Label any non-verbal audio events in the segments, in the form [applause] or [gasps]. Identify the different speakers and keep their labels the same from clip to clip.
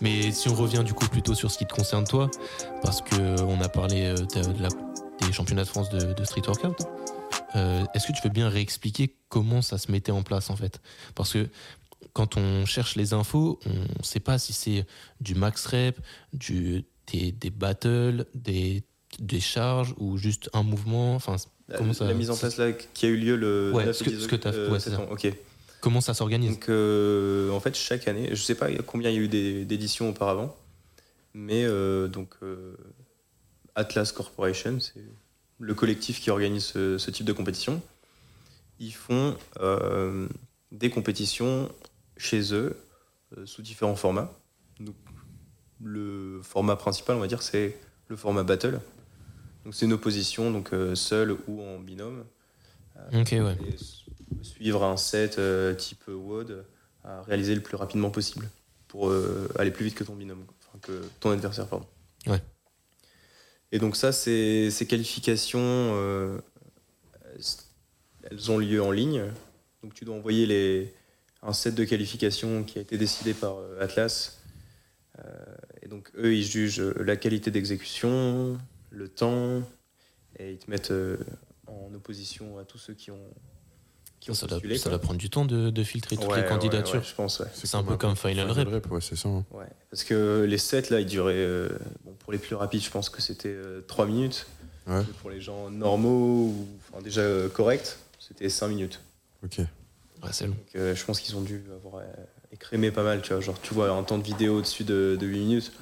Speaker 1: Mais si on revient du coup plutôt sur ce qui te concerne toi, parce que euh, on a parlé euh, de- de la- des championnats de France de, de street workout, euh, est-ce que tu peux bien réexpliquer comment ça se mettait en place en fait Parce que quand on cherche les infos, on ne sait pas si c'est du max rep, du, des, des battles, des, des charges ou juste un mouvement. Enfin,
Speaker 2: La,
Speaker 1: Comment ça-
Speaker 2: la mise en place là qui a eu lieu le
Speaker 1: Ouais,
Speaker 2: 9
Speaker 1: ce
Speaker 2: et
Speaker 1: que-
Speaker 2: 10
Speaker 1: ce que t'as-
Speaker 2: euh,
Speaker 1: ouais, c'est
Speaker 2: septembre. Ok.
Speaker 1: comment ça s'organise
Speaker 2: Donc euh, en fait chaque année, je sais pas combien il y a eu des- d'éditions auparavant, mais euh, donc euh, Atlas Corporation, c'est le collectif qui organise ce, ce type de compétition. Ils font euh, des compétitions chez eux euh, sous différents formats. Donc, le format principal, on va dire, c'est le format battle. Donc c'est une opposition, donc euh, seule ou en binôme
Speaker 1: Ok, ouais.
Speaker 2: et su- suivre un set euh, type WOD à réaliser le plus rapidement possible pour euh, aller plus vite que ton binôme, enfin, que ton adversaire, pardon.
Speaker 1: Ouais.
Speaker 2: Et donc ça, ces, ces qualifications, euh, elles- elles ont lieu en ligne. Donc tu dois envoyer les, un set de qualification qui a été décidé par euh, Atlas. Euh, et donc eux, ils jugent euh, la qualité d'exécution, le temps, et ils te mettent euh, en opposition à tous ceux qui ont, qui ont
Speaker 1: Ça doit,
Speaker 2: postulé,
Speaker 1: ça
Speaker 2: quoi.
Speaker 1: doit prendre du temps de, de filtrer toutes
Speaker 2: Ouais,
Speaker 1: les
Speaker 2: ouais,
Speaker 1: candidatures.
Speaker 2: ouais, je pense, ouais.
Speaker 1: C'est un peu comme Final Rep.
Speaker 3: ouais, c'est ça. hein.
Speaker 2: Ouais, parce que les sets, là, ils duraient. euh, bon, pour les plus rapides, je pense que c'était 3 minutes.
Speaker 3: Ouais.
Speaker 2: Mais Pour les gens normaux ou enfin, déjà euh, corrects, c'était 5 minutes.
Speaker 3: Ok.
Speaker 1: Ouais, c'est long.
Speaker 2: Donc, euh, je pense qu'ils ont dû avoir euh, écrémé pas mal, tu vois. Genre, tu vois un temps de vidéo au-dessus de, 8 minutes.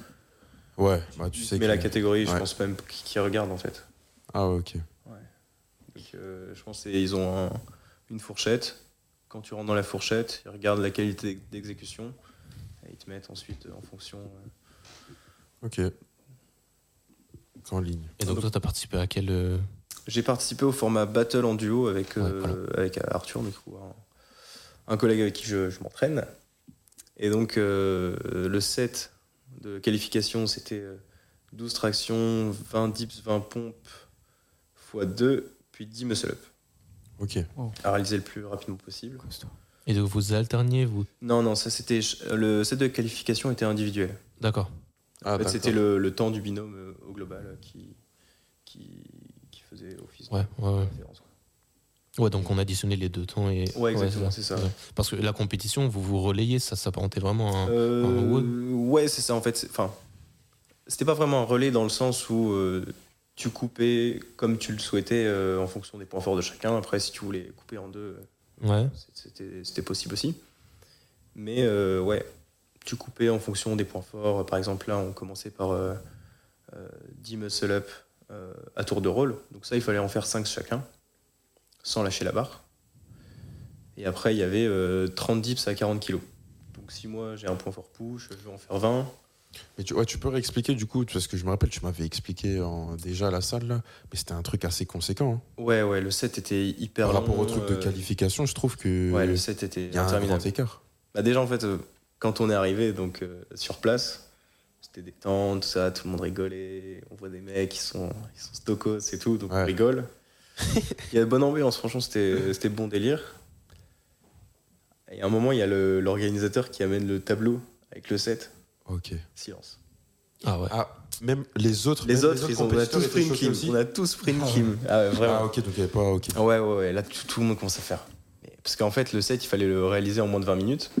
Speaker 3: Ouais, bah tu sais
Speaker 2: mais
Speaker 3: que-
Speaker 2: la catégorie, je
Speaker 3: ouais.
Speaker 2: pense même qu'ils qu'ils regardent, en fait.
Speaker 3: Ah ouais, ok.
Speaker 2: Donc, euh, je pense qu'ils ont un- une fourchette. Quand tu rentres dans la fourchette, ils regardent la qualité d'exécution. Et ils te mettent ensuite euh, en fonction. euh,
Speaker 3: Ok. En ligne.
Speaker 1: Et donc, toi, t'as participé à quel. euh,
Speaker 2: J'ai participé au format battle en duo avec, euh,
Speaker 1: Ouais,
Speaker 2: avec Arthur, du coup, un, un collègue avec qui je, je m'entraîne. Et donc, euh, le set de qualification, c'était euh, 12 tractions, 20 dips, 20 pompes, x 2, puis 10 muscle-up,
Speaker 3: Ok.
Speaker 2: à réaliser le plus rapidement possible.
Speaker 1: Et donc, vous alterniez, vous.
Speaker 2: Non, non, ça c'était. Le set de qualification était individuel.
Speaker 1: D'accord.
Speaker 3: Ah,
Speaker 2: En fait,
Speaker 3: d'accord.
Speaker 2: c'était le, le temps du binôme euh, au global euh, qui, qui, qui faisait office de
Speaker 1: Ouais, ouais, ouais.
Speaker 2: référence, quoi.
Speaker 1: Ouais, donc on additionnait les deux temps et.
Speaker 2: Ouais, exactement, c'est ça.
Speaker 1: Ouais. Parce que la compétition, vous vous relayez, ça s'apparentait vraiment à un-
Speaker 2: Euh,
Speaker 1: un wood.
Speaker 2: ouais, c'est ça en fait. C'est- Enfin, c'était pas vraiment un relais dans le sens où euh, tu coupais comme tu le souhaitais euh, en fonction des points forts de chacun. Après, si tu voulais couper en deux,
Speaker 1: Ouais.
Speaker 2: euh, c'était c'était possible aussi. Mais euh, ouais, tu coupais en fonction des points forts. Par exemple, là, on commençait par euh, euh, 10 muscle-up euh, à tour de rôle. Donc ça, il fallait en faire 5 chacun, sans lâcher la barre. Et après, il y avait euh, 30 dips à 40 kilos. Donc si moi, j'ai un point fort push, je vais en faire 20.
Speaker 3: Mais tu, ouais, tu peux réexpliquer du coup, parce que je me rappelle, tu m'avais expliqué en- déjà à la salle, là, mais c'était un truc assez conséquent. hein.
Speaker 2: Ouais, ouais, le set était hyper
Speaker 3: Par rapport
Speaker 2: long,
Speaker 3: au truc de
Speaker 2: euh,
Speaker 3: qualification, je trouve que
Speaker 2: Ouais, le
Speaker 3: il
Speaker 2: set était
Speaker 3: y a un
Speaker 2: interminable.
Speaker 3: grand écart.
Speaker 2: Bah déjà, en fait, euh, quand on est arrivé donc, euh, sur place, c'était détente, tout ça, tout le monde rigolait. On voit des mecs, ils sont, ils sont stokos et tout, donc
Speaker 3: Ouais.
Speaker 2: on rigole.
Speaker 3: [laughs]
Speaker 2: il y a une bonne ambiance, franchement, c'était c'était bon délire. Et à un moment, il y a le- l'organisateur qui amène le tableau avec le set.
Speaker 3: Ok.
Speaker 2: Silence.
Speaker 1: Ah ouais.
Speaker 3: Ah, même les autres.
Speaker 2: Les
Speaker 3: même
Speaker 2: autres, ils ont, on a tous
Speaker 3: compétiteurs étaient
Speaker 2: pris une
Speaker 3: choqués
Speaker 2: kim.
Speaker 3: aussi.
Speaker 2: On a tous pris une
Speaker 3: [laughs]
Speaker 2: kim. Ah ouais, vraiment.
Speaker 3: Ah, ok, donc il n'y avait pas. Ok.
Speaker 2: Ah Ouais, ouais, ouais. Là, tout, tout le monde commence à faire. Mais- Parce qu'en fait, le set, il fallait le réaliser en moins de 20 minutes.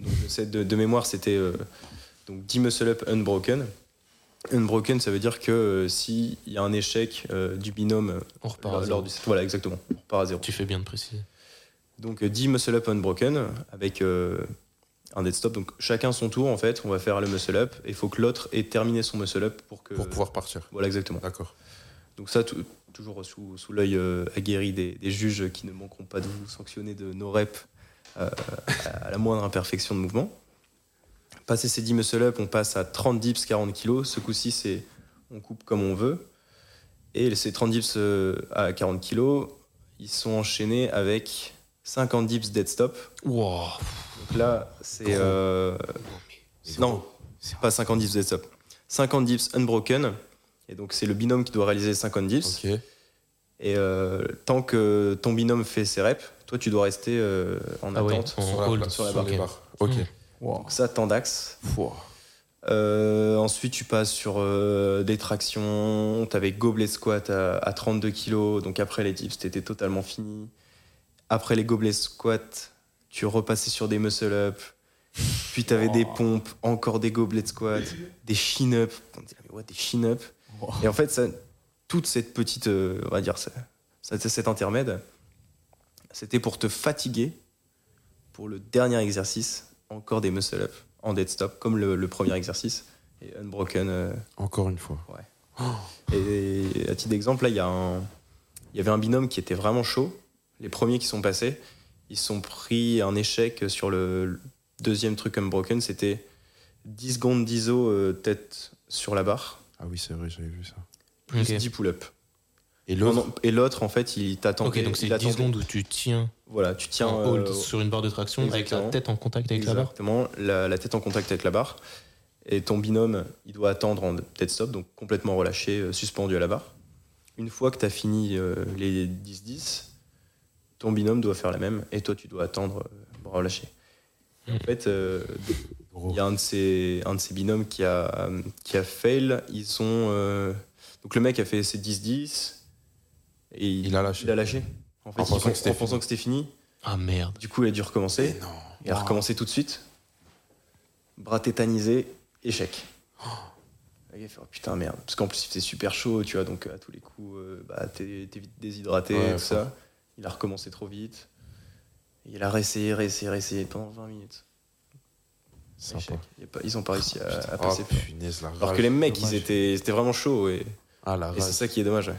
Speaker 2: Donc, le set de, de mémoire, c'était euh, donc 10 muscle-up unbroken. Unbroken, ça veut dire que euh, s'il y a un échec euh, du binôme euh,
Speaker 1: On repart à
Speaker 2: lors,
Speaker 1: zéro.
Speaker 2: du set, voilà, exactement, on repart à zéro.
Speaker 1: Tu fais bien de préciser.
Speaker 2: Donc, euh, 10 muscle-up unbroken avec euh, un dead stop. Donc, chacun son tour, en fait, on va faire le muscle-up. Et il faut que l'autre ait terminé son muscle-up pour que.
Speaker 3: Pour pouvoir partir.
Speaker 2: Voilà, exactement.
Speaker 3: D'accord.
Speaker 2: Donc ça, tou- toujours sous, sous l'œil euh, aguerri des, des juges qui ne manqueront pas de vous sanctionner de nos reps euh, à, à la moindre imperfection de mouvement. Passer ces 10 muscle-up, on passe à 30 dips, 40 kilos. Ce coup-ci, c'est on coupe comme on veut. Et ces 30 dips euh, à 40 kilos, ils sont enchaînés avec 50 dips dead stop.
Speaker 1: Wow.
Speaker 2: Donc là, c'est...
Speaker 3: Trop.
Speaker 2: euh, non, c'est pas 50 dips dead stop. 50 dips unbroken. Et donc c'est le binôme qui doit réaliser 50 dips.
Speaker 3: Ok.
Speaker 2: Et euh, tant que ton binôme fait ses reps, toi tu dois rester euh, en
Speaker 1: Ah ouais,
Speaker 2: attente.
Speaker 1: en
Speaker 3: Sur la,
Speaker 1: hold.
Speaker 3: pla-
Speaker 2: sur la
Speaker 3: sur les barres. Ok.
Speaker 1: Hmm.
Speaker 3: Wow.
Speaker 2: Donc ça, Tandax.
Speaker 3: Pouah.
Speaker 2: Euh, ensuite, tu passes sur euh, des tractions. T'avais gobelet squat à, à 32 kg. Donc après les dips, t'étais totalement fini. Après les gobelets squat, tu repassais sur des muscle up. Puis t'avais
Speaker 4: Oh.
Speaker 2: des pompes, encore des gobelets de squat, des chin up. On disait, mais what, des chin up.
Speaker 4: Oh.
Speaker 2: Et en fait, ça, toute cette petite, euh, on va dire ça, ça- cet intermède, c'était pour te fatiguer pour le dernier exercice, encore des muscle up en dead stop, comme le, le premier exercice, et unbroken. euh,
Speaker 3: Encore une fois.
Speaker 2: et à titre d'exemple, là, il y, a un- il y avait un binôme qui était vraiment chaud. Les premiers qui sont passés, ils se sont pris un échec sur le, le deuxième truc unbroken. C'était 10 secondes d'iso euh, tête sur la barre,
Speaker 3: Ah oui, c'est vrai, j'avais vu ça.
Speaker 2: plus
Speaker 1: Ok.
Speaker 2: 10 pull-ups.
Speaker 3: Et
Speaker 2: Pendant-
Speaker 3: l'autre,
Speaker 2: Et l'autre, en fait, il t'attendait.
Speaker 1: Ok, donc c'est
Speaker 2: il
Speaker 1: 10
Speaker 2: attendait.
Speaker 1: secondes où tu tiens
Speaker 2: Voilà, tu tiens
Speaker 1: en
Speaker 2: euh,
Speaker 1: hold sur une barre de traction avec
Speaker 2: exactement.
Speaker 1: la tête en contact avec la barre.
Speaker 2: Exactement, la, la tête en contact avec la barre. Et ton binôme, il doit attendre en tête stop, donc complètement relâché, euh, suspendu à la barre. Une fois que tu as fini euh, les 10-10, ton binôme doit faire la même et toi, tu dois attendre euh, bras relâchés. Et En fait, euh, il
Speaker 3: gros.
Speaker 2: y a un de ces, un de ces binômes qui a, qui a fail. Ils ont, euh, donc le mec a fait ses 10-10 et il,
Speaker 3: Il a lâché.
Speaker 2: il a lâché. En, fait,
Speaker 3: En
Speaker 2: ils
Speaker 3: pensant
Speaker 2: font-
Speaker 3: que c'était
Speaker 2: en pensant que c'était fini.
Speaker 1: Ah merde.
Speaker 2: Du coup, il a dû recommencer.
Speaker 3: Mais non.
Speaker 2: Il a Ah, recommencé tout de suite. Bras tétanisé,
Speaker 3: [gasps]
Speaker 2: échec. Le gars, il fait, oh, putain, merde. Parce qu'en plus, il faisait super chaud, tu vois, donc à tous les coups, euh, bah, t'es t'es vite déshydraté,
Speaker 3: Ouais,
Speaker 2: tout
Speaker 3: faut-
Speaker 2: ça. Il a recommencé trop vite. Il a réessayé, réessayé, réessayé pendant 20 minutes.
Speaker 3: Sympa.
Speaker 2: Échec. Il y a pas- ils n'ont pas réussi à, à
Speaker 3: Ah,
Speaker 2: passer.
Speaker 3: punaise, la
Speaker 2: Alors
Speaker 3: rage.
Speaker 2: que les mecs, ils
Speaker 3: Dommage.
Speaker 2: étaient, c'était vraiment chaud et,
Speaker 3: Ah, la
Speaker 2: et c'est
Speaker 3: rage.
Speaker 2: ça qui est dommage. ouais.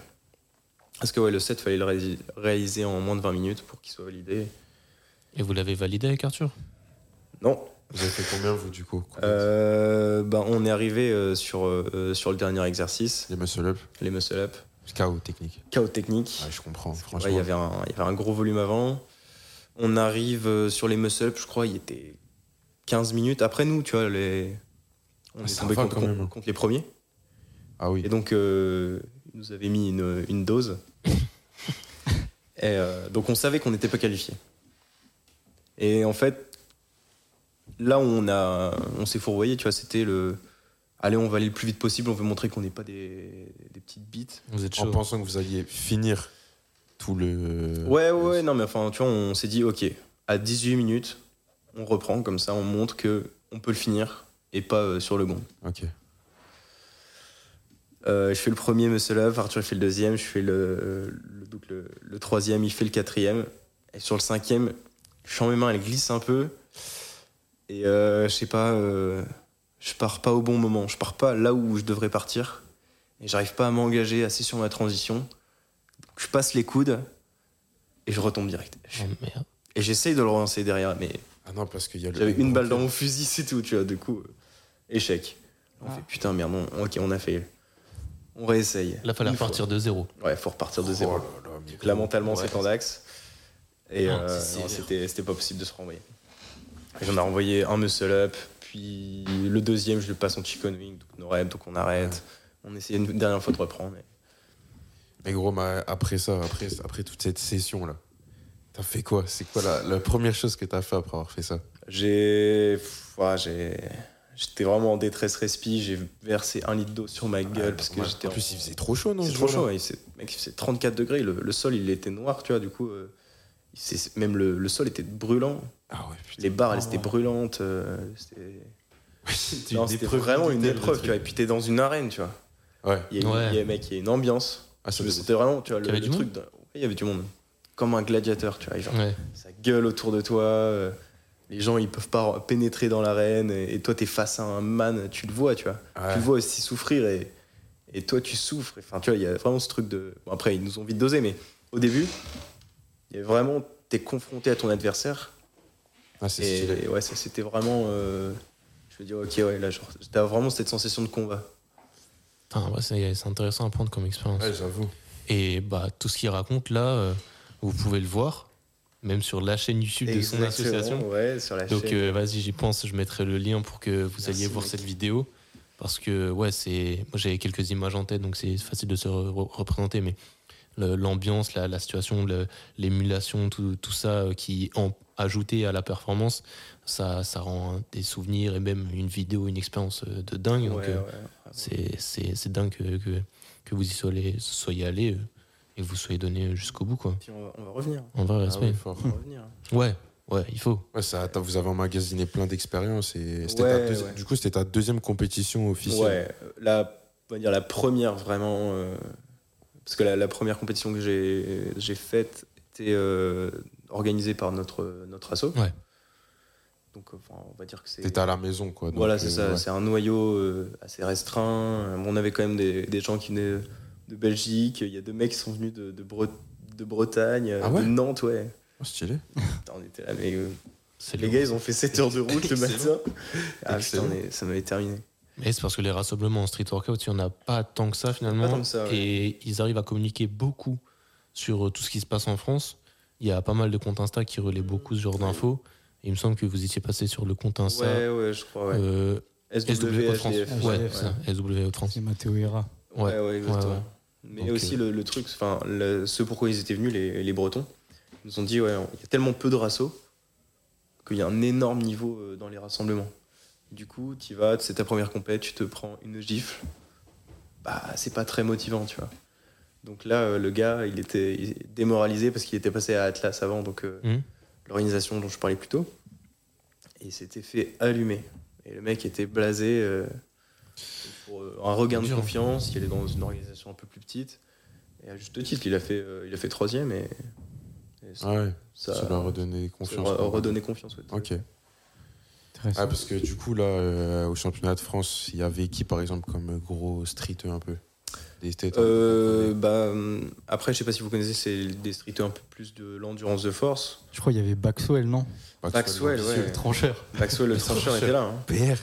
Speaker 2: Parce que ouais, le set, fallait le réaliser- réaliser en moins de 20 minutes pour qu'il soit validé.
Speaker 1: Et vous l'avez validé avec Arthur
Speaker 2: Non,
Speaker 3: Vous avez fait combien, vous, du coup
Speaker 2: Euh, bah, on est arrivé euh, sur, euh, sur le dernier exercice,
Speaker 3: Les muscle-up
Speaker 2: les muscle up,
Speaker 3: KO technique.
Speaker 2: chaos technique.
Speaker 3: Ah, je comprends,
Speaker 2: Ouais,
Speaker 3: franchement.
Speaker 2: il, y avait un, il y avait un gros volume avant. On arrive euh, sur les muscle up, je crois, il était 15 minutes après nous, tu vois. Les... On
Speaker 3: Ah,
Speaker 2: est
Speaker 3: ça
Speaker 2: tombé
Speaker 3: va
Speaker 2: contre,
Speaker 3: quand même.
Speaker 2: contre les premiers.
Speaker 3: Ah oui.
Speaker 2: Et donc, euh, ils nous avaient mis une, une dose. Et, euh, donc, on savait qu'on n'était pas qualifié. Et en fait, là où on, a- on s'est fourvoyé, tu vois, c'était le. Allez, on va aller le plus vite possible, on veut montrer qu'on n'est pas des, des petites bites.
Speaker 1: Vous êtes
Speaker 3: en
Speaker 1: chaud.
Speaker 3: pensant que vous alliez finir tout le.
Speaker 2: Ouais, ouais, ouais, non, mais enfin, tu vois, on s'est dit, ok, à 18 minutes, on reprend, comme ça, on montre que on peut le finir et pas euh, sur le gond.
Speaker 3: Ok.
Speaker 2: Euh, je fais le premier muscle up, Arthur il fait le deuxième, je fais le, le- donc le, le troisième, il fait le quatrième. Et sur le cinquième, je sens mes mains, elles glissent un peu. Et euh, je sais pas, euh, je pars pas au bon moment, je pars pas là où je devrais partir. Et j'arrive pas à m'engager assez sur ma transition. Donc, je passe les coudes et je retombe direct.
Speaker 1: Oh merde.
Speaker 2: Et j'essaye de le relancer derrière, mais
Speaker 3: Ah non, parce qu'il y a le.
Speaker 2: j'avais une balle dans mon fusil, c'est tout, tu vois. Du coup, euh, échec. On
Speaker 4: Ah.
Speaker 2: fait putain, merde, on- ok, on a fait. On réessaye.
Speaker 1: Là, fallait
Speaker 2: Une fois.
Speaker 1: repartir de zéro.
Speaker 2: Ouais, faut repartir de zéro.
Speaker 3: Oh là là, mais
Speaker 2: Donc là, mentalement,
Speaker 1: Ouais.
Speaker 2: c'est Tandax. Et
Speaker 1: Ah,
Speaker 2: euh,
Speaker 1: c'est sévère.
Speaker 2: non, c'était c'était pas possible de se renvoyer. Et J'en ai renvoyé un muscle up, puis le deuxième, je le passe en chicken wing, donc no rep, donc on arrête. On essayait une dernière fois de reprendre. mais-
Speaker 3: Mais gros, ma- après ça, après, après toute cette session-là, t'as fait quoi C'est quoi la, la première chose que t'as fait après avoir fait ça
Speaker 2: J'ai. pff, ouais, j'ai- J'étais vraiment en détresse respi, j'ai versé un litre d'eau sur ma
Speaker 1: bah,
Speaker 2: gueule parce que
Speaker 3: Ouais,
Speaker 2: j'étais
Speaker 3: Ah, En
Speaker 2: en-
Speaker 3: plus, il faisait trop chaud, non
Speaker 2: C'est
Speaker 3: ce
Speaker 2: trop
Speaker 3: jour-là
Speaker 2: chaud, ouais, il s'est- mec, il faisait 34 degrés, le, le sol il était noir, tu vois, du coup, euh, il s'est- même le, le sol était brûlant,
Speaker 3: Ah ouais, putain.
Speaker 2: les barres elles étaient brûlantes, euh, c'était
Speaker 3: C'était
Speaker 2: Non,
Speaker 3: une
Speaker 2: c'était
Speaker 3: épreuve
Speaker 2: vraiment une
Speaker 3: vitale, le
Speaker 2: épreuve,
Speaker 3: truc.
Speaker 2: tu vois, et puis t'es dans une arène, tu vois,
Speaker 3: Ouais.
Speaker 2: il y a, une-
Speaker 1: Ouais.
Speaker 2: il y a, mec, il y a une ambiance,
Speaker 3: Ah, ça, c'est-
Speaker 2: c'était vraiment, tu vois,
Speaker 1: Il
Speaker 2: le,
Speaker 1: y avait
Speaker 2: le
Speaker 1: du
Speaker 2: truc, d'un- ouais, il y avait du monde, comme un gladiateur, tu vois, et genre,
Speaker 1: Ouais.
Speaker 2: ça gueule autour de toi, euh, les gens ils peuvent pas pénétrer dans l'arène, et, et toi t'es face à un man, tu le vois, tu vois
Speaker 3: Ouais.
Speaker 2: tu le vois aussi souffrir et, et toi tu souffres. Enfin, tu vois, il y a vraiment ce truc de. Bon, après, ils nous ont vite dosé, mais au début, il y a vraiment, t'es confronté à ton adversaire.
Speaker 3: Ah, c'est
Speaker 2: Et,
Speaker 3: stylé.
Speaker 2: et ouais, ça c'était vraiment. euh, je veux dire, ok, ouais, là, genre, t'as vraiment cette sensation de combat.
Speaker 1: Putain, ouais, c'est c'est intéressant à prendre comme expérience.
Speaker 3: Ouais, j'avoue.
Speaker 1: Et bah, tout ce qu'il raconte là, euh, vous pouvez le voir, même sur la chaîne YouTube de son
Speaker 2: Exactement,
Speaker 1: association.
Speaker 2: Ouais, sur la
Speaker 1: Donc
Speaker 2: chaîne.
Speaker 1: euh, vas-y, j'y pense, je mettrai le lien pour que vous
Speaker 2: Merci,
Speaker 1: alliez voir
Speaker 2: mec.
Speaker 1: cette vidéo. Parce que, ouais, c'est. Moi, j'avais quelques images en tête, donc c'est facile de se re- re- représenter, mais le- l'ambiance, la, la situation, le- l'émulation, tout, tout ça euh, qui, en- ajouté à la performance, ça, ça rend des souvenirs et même une vidéo, une expérience euh, de dingue. donc,
Speaker 2: Ouais,
Speaker 1: euh,
Speaker 2: ouais.
Speaker 1: c'est- C'est c'est dingue que, que, que vous y soyez, soyez allé euh, et que vous soyez donné euh, jusqu'au bout. Quoi.
Speaker 2: Puis on va, on va revenir.
Speaker 1: En vrai,
Speaker 3: Ah ouais,
Speaker 1: respect.
Speaker 3: fort.
Speaker 2: On va revenir.
Speaker 1: ouais, ouais, il faut.
Speaker 3: Ouais, ça, t'as- vous avez emmagasiné plein d'expériences et c'était
Speaker 2: Ouais,
Speaker 3: ta deuxi-
Speaker 2: ouais.
Speaker 3: du coup c'était ta deuxième compétition officielle.
Speaker 2: Ouais, euh, la, on va dire la première vraiment. euh, parce que la, la première compétition que j'ai j'ai faite était euh, organisée par notre, notre asso.
Speaker 1: Ouais.
Speaker 2: Donc enfin, on va dire que c'est.
Speaker 3: T'étais à la maison quoi. donc,
Speaker 2: Voilà,
Speaker 3: euh,
Speaker 2: c'est ça.
Speaker 3: ouais.
Speaker 2: C'est un noyau euh, assez restreint. Euh, On avait quand même des, des gens qui venaient de Belgique. Il y a deux mecs qui sont venus de, de, Bre- de Bretagne, euh,
Speaker 3: Ah ouais
Speaker 2: de Nantes, ouais.
Speaker 3: Oh, stylé.
Speaker 2: Putain, on était là, mais euh,
Speaker 1: C'est
Speaker 2: les
Speaker 1: lourd.
Speaker 2: gars, ils ont fait 7 heures de route le
Speaker 3: [laughs]
Speaker 2: matin. Ah putain,
Speaker 3: Excellent.
Speaker 2: mais ça m'avait terminé.
Speaker 1: Mais c'est parce que les rassemblements en street workout, il n'y en a pas tant que ça finalement.
Speaker 2: Pas tant que ça, ouais.
Speaker 1: Et ils arrivent à communiquer beaucoup sur euh, tout ce qui se passe en France. Il y a pas mal de comptes Insta qui relaient beaucoup ce genre d'infos. Et il me semble que vous étiez passé sur le compte Insta
Speaker 2: Ouais, ouais, je crois, ouais.
Speaker 1: euh, SW
Speaker 2: SW,
Speaker 1: France. Ouais,
Speaker 2: SDF.
Speaker 1: c'est ça, SW France.
Speaker 4: C'est Matteo Hera.
Speaker 1: Ouais,
Speaker 2: Ouais, ouais, exactement.
Speaker 1: ouais, ouais.
Speaker 2: Mais
Speaker 1: Donc,
Speaker 2: aussi le, le truc, enfin, le- ce pourquoi ils étaient venus, les, les Bretons, ils nous ont dit, ouais, il y a tellement peu de rassos qu'il y a un énorme niveau euh, dans les rassemblements. Du coup, tu vas, c'est ta première compète, tu te prends une gifle, bah, c'est pas très motivant, tu vois. Donc là, euh, le gars, il était il est démoralisé parce qu'il était passé à Atlas avant, donc euh,
Speaker 1: Mhm.
Speaker 2: l'organisation dont je parlais plus tôt, et il s'était fait allumer. Et le mec était blasé. euh, pour euh, un regain de
Speaker 1: Dur.
Speaker 2: confiance, il est dans une organisation un peu plus petite. Et à juste titre, il a fait, euh, il a fait troisième et, et ça,
Speaker 3: Ah ouais.
Speaker 2: ça-
Speaker 3: Ça leur a redonné
Speaker 2: ça
Speaker 3: confiance.
Speaker 2: re-
Speaker 3: quoi.
Speaker 2: redonné confiance. ouais.
Speaker 3: Ok.
Speaker 4: Intéressant.
Speaker 3: Ah, parce que du coup, là, euh, au championnat de France, il y avait qui, par exemple, comme gros streeteux un peu Des streeteux
Speaker 2: Euh, bah, hum, après, je sais pas si vous connaissez, c'est des streeters un peu plus de l'endurance de force.
Speaker 4: Je crois qu'il y avait Baxwell, non
Speaker 2: Maxwell, ouais.
Speaker 4: Trancheur.
Speaker 2: Maxwell, le trancheur était là. hein.
Speaker 3: PR,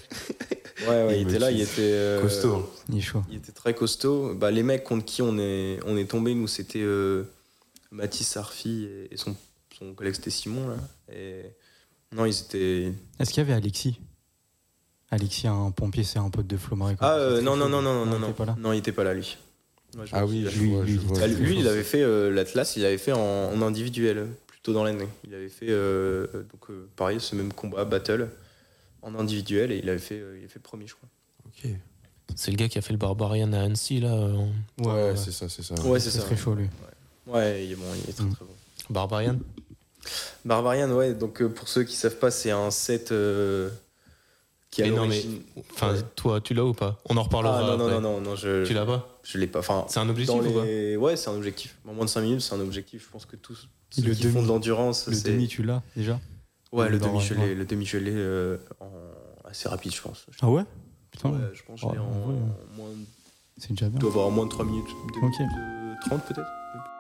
Speaker 2: Ouais, ouais,
Speaker 3: Il
Speaker 2: il
Speaker 3: me
Speaker 2: était là,
Speaker 3: tue.
Speaker 2: il était. euh,
Speaker 3: costaud. hein.
Speaker 4: Il est chaud.
Speaker 2: Il était très costaud. Bah, les mecs contre qui on est, on est tombé, nous, c'était euh, Mathis Sarfi et, et son, son collègue, c'était Simon. Là. Et, non, ils étaient,
Speaker 4: Est-ce qu'il y avait Alexis Alexis, un pompier, c'est un pote de Flo Maréco.
Speaker 2: Ah euh, non non non non non
Speaker 4: il
Speaker 2: non
Speaker 4: était pas là.
Speaker 2: non il était pas là lui. Moi, je
Speaker 3: Ah
Speaker 2: me
Speaker 3: oui,
Speaker 2: souviens.
Speaker 3: je vois,
Speaker 4: Lui,
Speaker 3: je
Speaker 4: lui,
Speaker 3: vois.
Speaker 2: Ah,
Speaker 4: je
Speaker 2: lui il
Speaker 4: pense.
Speaker 2: avait fait euh, l'Atlas, il avait fait en, en individuel plutôt dans l'année. Il avait fait euh, donc euh, pareil ce même combat battle en individuel et il avait fait euh, il avait fait premier je crois.
Speaker 3: Ok.
Speaker 1: C'est le gars qui a fait le Barbarian à Annecy, là. en-
Speaker 3: Ouais,
Speaker 4: ouais,
Speaker 3: c'est ça, c'est ça.
Speaker 2: Ouais c'est
Speaker 4: c'est
Speaker 2: ça.
Speaker 4: très chaud, lui.
Speaker 2: Ouais il est bon il est très
Speaker 4: Mm.
Speaker 2: très bon.
Speaker 1: Barbarian
Speaker 2: Barbarian ouais donc euh, pour ceux qui savent pas c'est un set euh, qui a
Speaker 1: Mais non,
Speaker 2: l'origine.
Speaker 1: Enfin,
Speaker 2: Ouais.
Speaker 1: toi, tu l'as ou pas On en reparlera.
Speaker 2: Ah non non
Speaker 1: après.
Speaker 2: non non non je
Speaker 1: Tu l'as pas
Speaker 2: je l'ai pas enfin
Speaker 1: C'est un objectif
Speaker 2: dans
Speaker 1: ou pas
Speaker 2: les ouais c'est un objectif en moins de 5 minutes c'est un objectif je pense que tous ceux
Speaker 4: Le
Speaker 2: qui
Speaker 4: demi.
Speaker 2: font de l'endurance
Speaker 4: Le
Speaker 2: c'est-
Speaker 4: demi, tu l'as déjà
Speaker 2: Ouais, le
Speaker 4: Dans-
Speaker 2: demi je
Speaker 4: ouais.
Speaker 2: l'ai, le demi je l'ai euh, en assez rapide, je pense. Je-
Speaker 4: Ah ouais Putain,
Speaker 2: Ouais, je pense que je l'ai
Speaker 4: Ouais,
Speaker 2: en
Speaker 4: ouais.
Speaker 2: moins de-
Speaker 4: c'est déjà bien.
Speaker 2: dois avoir en moins de 3 minutes, 2
Speaker 4: Ok.
Speaker 2: minutes euh, 30 peut-être.